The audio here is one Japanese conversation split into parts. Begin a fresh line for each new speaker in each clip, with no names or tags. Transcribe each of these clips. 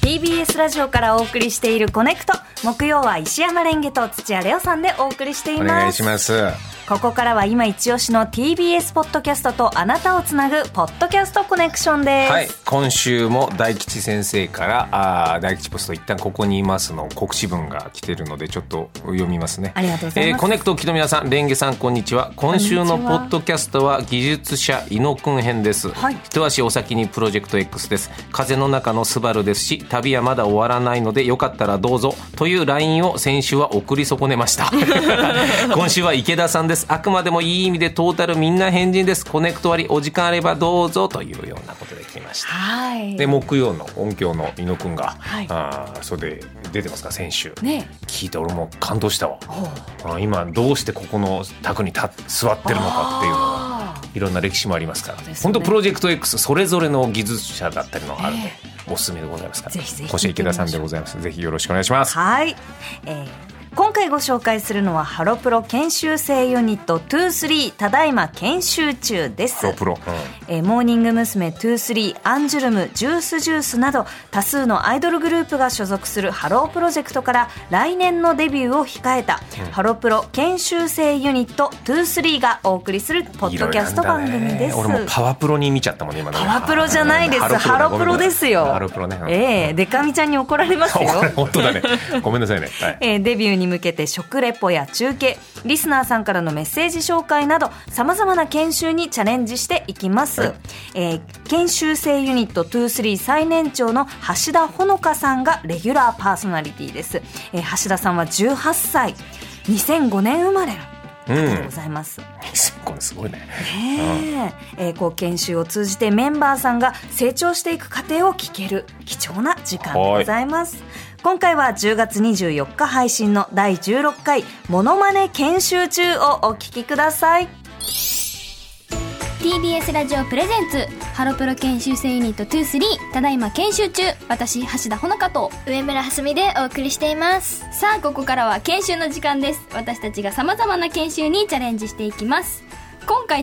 TBS ラジオからお送りしているコネクト木曜は石山レンゲと土屋レオさんでお送りしていま
お
す
願いします。
ここからは今一押しの TBS ポッドキャストとあなたをつなぐポッドキャストコネクションです、
はい、今週も大吉先生からあー大吉ポスト一旦ここにいますの告知文が来てるのでちょっと読みますね。
ありがとうございます
コネクト木の皆さん、レンゲさんこんにちは。今週
こん
の
に
ポ
ちは
ッドキャストは技術者伊野くん編です。
はい
一足お先にプロジェクト X です。風の中のスバルですし、旅はまだ終わらないのでよかったらどうぞというラインを先週は送り損ねました。 今週は池田さんです。あくまでもいい意味でトータルみんな変人です。コネクト割お時間あればどうぞというようなことで来ました。
はい
で木曜の音響の伊野くんが、
はい
あーそれで出てますか先週、
ね
聞いて俺も感動したわあー今どうしてここの卓に立っ座ってるのかっていうのが
あ
いろんな歴史もありますから
うですね
本当、プロジェクト X それぞれの技術者だったりのあるので、
え
おすすめでございますから
ぜひぜひ
こちら池田さんでございますぜひよろしくお願いします
はい、えー今回ご紹介するのはハロプロ研修生ユニット23ただいま研修中です
ロプロ、
えーモーニング娘。23アンジュルムジュースジュースなど多数のアイドルグループが所属するハロープロジェクトから来年のデビューを控えた、ハロプロ研修生ユニット23がお送りするポ
い
ッド
ろい
キ
ろ
ャ
やん
ス
だ
ト
ね
番組です。
俺もパワプロに見ちゃったもんね今ね
パワプロじゃないです。ハロプロですよ。
ハロプロね、
ええデカミちゃんに怒られますよ。
本当だねごめんなさいね、はい、
えーデビューに向けて食レポや中継リスナーさんからのメッセージ紹介などさまざまな研修にチャレンジしていきます、
はい
えー研修生ユニット23最年長の橋田ほのかさんがレギュラーパーソナリティです、えー橋田さんは18歳2005年生まれの方でございます、
これすごいね。
ねええーこう研修を通じてメンバーさんが成長していく過程を聞ける貴重な時間でございます。今回は10月24日配信の第16回モノマネ研修中をお聞きください。
TBS ラジオプレゼンツハロプロ研修生ユニット23ただいま研修中私橋田ほのかと
上村はすみでお送りしています
さあここからは研修の時間です私たちが様々な研修にチャレンジしていきます今回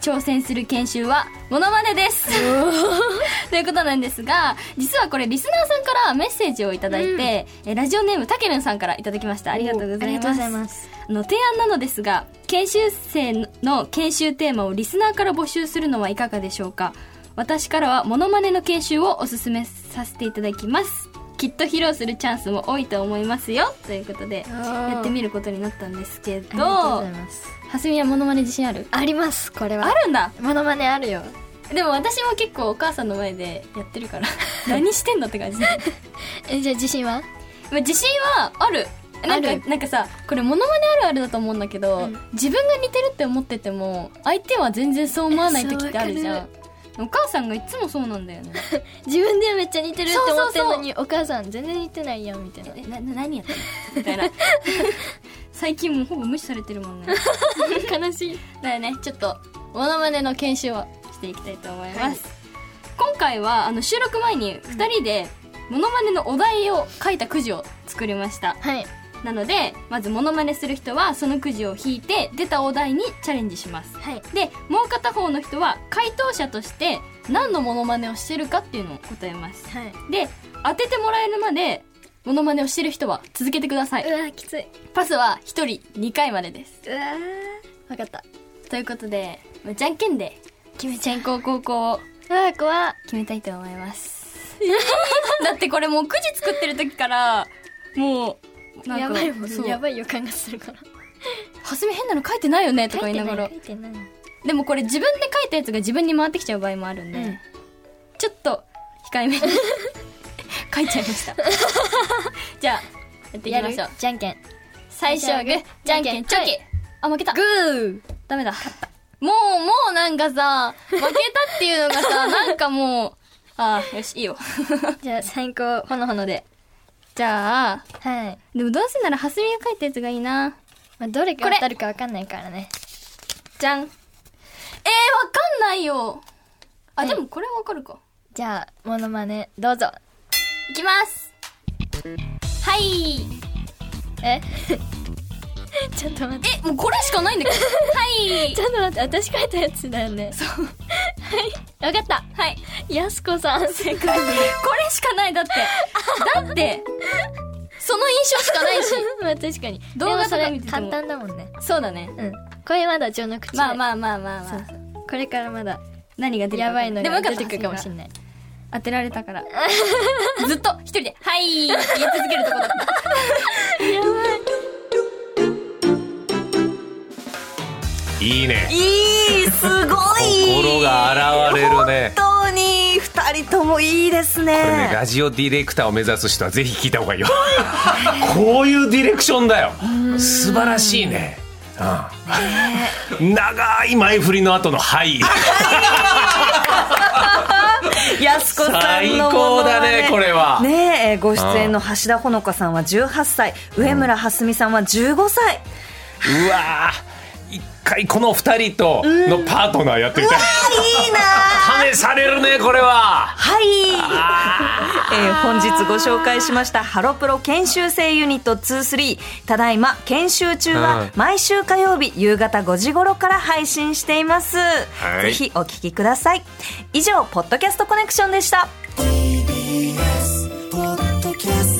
挑戦する研修はモノマネです ということなんですが実はこれリスナーさんからメッセージをいただいて、えラジオネームたけるんさんからいただきましたありがとうございます
す
あの提案なのですが研修生の研修テーマをリスナーから募集するのはいかがでしょうか私からはモノマネの研修をおすすめさせていただきますきっと披露するチャンスも多いと思いますよということで
ー
やってみることになったんですけど
ありがとうご
は
ざいます
すみはモノマネ自信ある
ありますこれは
あるんだ
モノマネあるよ
でも私も結構お母さんの前でやって るから何してんのって感じで
えじゃあ自信は
まあ自信はあるなん
あ
か
る
なんかさこれモノマネあるあるだと思うんだけど、自分が似てるって思ってても相手は全然そう思わない時ってあるじ
え
ゃ
そ
んお母さんがいつもそうなんだよね
自分ではめっちゃ似てるって
そう
思
そう
ってん
そう
のにお母さん全然似てないやんみたい な
えなな何やってんのみたいな 最近もうほぼ無視されてるもんね悲しい だよねちょっとモノマネの研修をしていきたいと思います、今回はあの収録前に2人でモノマネのお題を書いたくじを作りました
はい
なのでまずモノマネする人はそのくじを引いて出たお題にチャレンジします
はい
でもう片方の人は回答者として何のモノマネをしてるかっていうのを答えます
はい
で当ててもらえるまでモノマネをしてる人は続けてくださいう
わきつい
パスは1人2回までです
うわわかった
ということでまあじゃんけんで決めちゃん高高校を
うわ怖っ
決めたいと思いますだってこれもうくじ作ってる時からもうなん
や
か
ばいもん
そう
ねやばい予感がするから
はすみ変なの書いてないよねとか
書い
言い
て
な
な
がら
い書いてない
でもこれ自分で書いたやつが自分に回ってきちゃう場合もあるんで、
うん
ちょっと控えめに 書いちゃいま したじゃあやっていき
や
ま
る
しょう
じゃんけん
最初はグーじゃんけんチョキあ負けた
グー
ダメだもうもうなんかさ負けたって いうのがさなんかもうあよしいいよ
じゃあ先行ほのほので
じゃあ、
はい。
でもどうせならハスミが書いたやつがいいな。
まあ、どれ
こ
が
れ
当たるかわかんないからね。
じゃん。えー、わかんないよ。あ、でもこれはわかるか。
じゃあ、モノマネ、どうぞ。
いきます。はい。
えちょっと待って。
え、もうこれしかないんだけど。 はい
ち。ょっと待って、私書いたやつだよね。そう。 はい。わかった。
はい。
やすこさん、正解。
これしかない、だって。だって、その印象しかないし。
まあ確かに。
動画とか
でもそ
見
れ
てても
簡単だもんね。
そうだね。
うん。これまだ序の口で。
まあまあまあまあま
そう
あ。
そうこれからまだ、
何が出るか
や
分かんな
ばいの
でも
が
よかっ
出
た
てくるかもしんない。
当てられたから。 ずっと一人で、はいって言い続けるとこだった。
いいね
いいすごい
心が現れるね
本当に二人ともいいですね
これねラジオディレクターを目指す人はぜひ聞いた方がいいよ こういうディレクションだよ素晴らしいねうん、長い前振りの後の「はい」
やすこさん
最
のもの
高だねこれは、
ねえご出演の橋田ほのかさんは18歳上村はすみさんは15歳
うわー一回この二人とのパートナーやってみたい、
いいな
試されるねこれは
はい、えー本日ご紹介しましたハロプロ研修生ユニット23ただいま研修中
うん
は毎週火曜日夕方5時頃から配信しています、
い
ぜひお聞きください以上ポッドキャストコネクションでした
TBS ポッドキャスト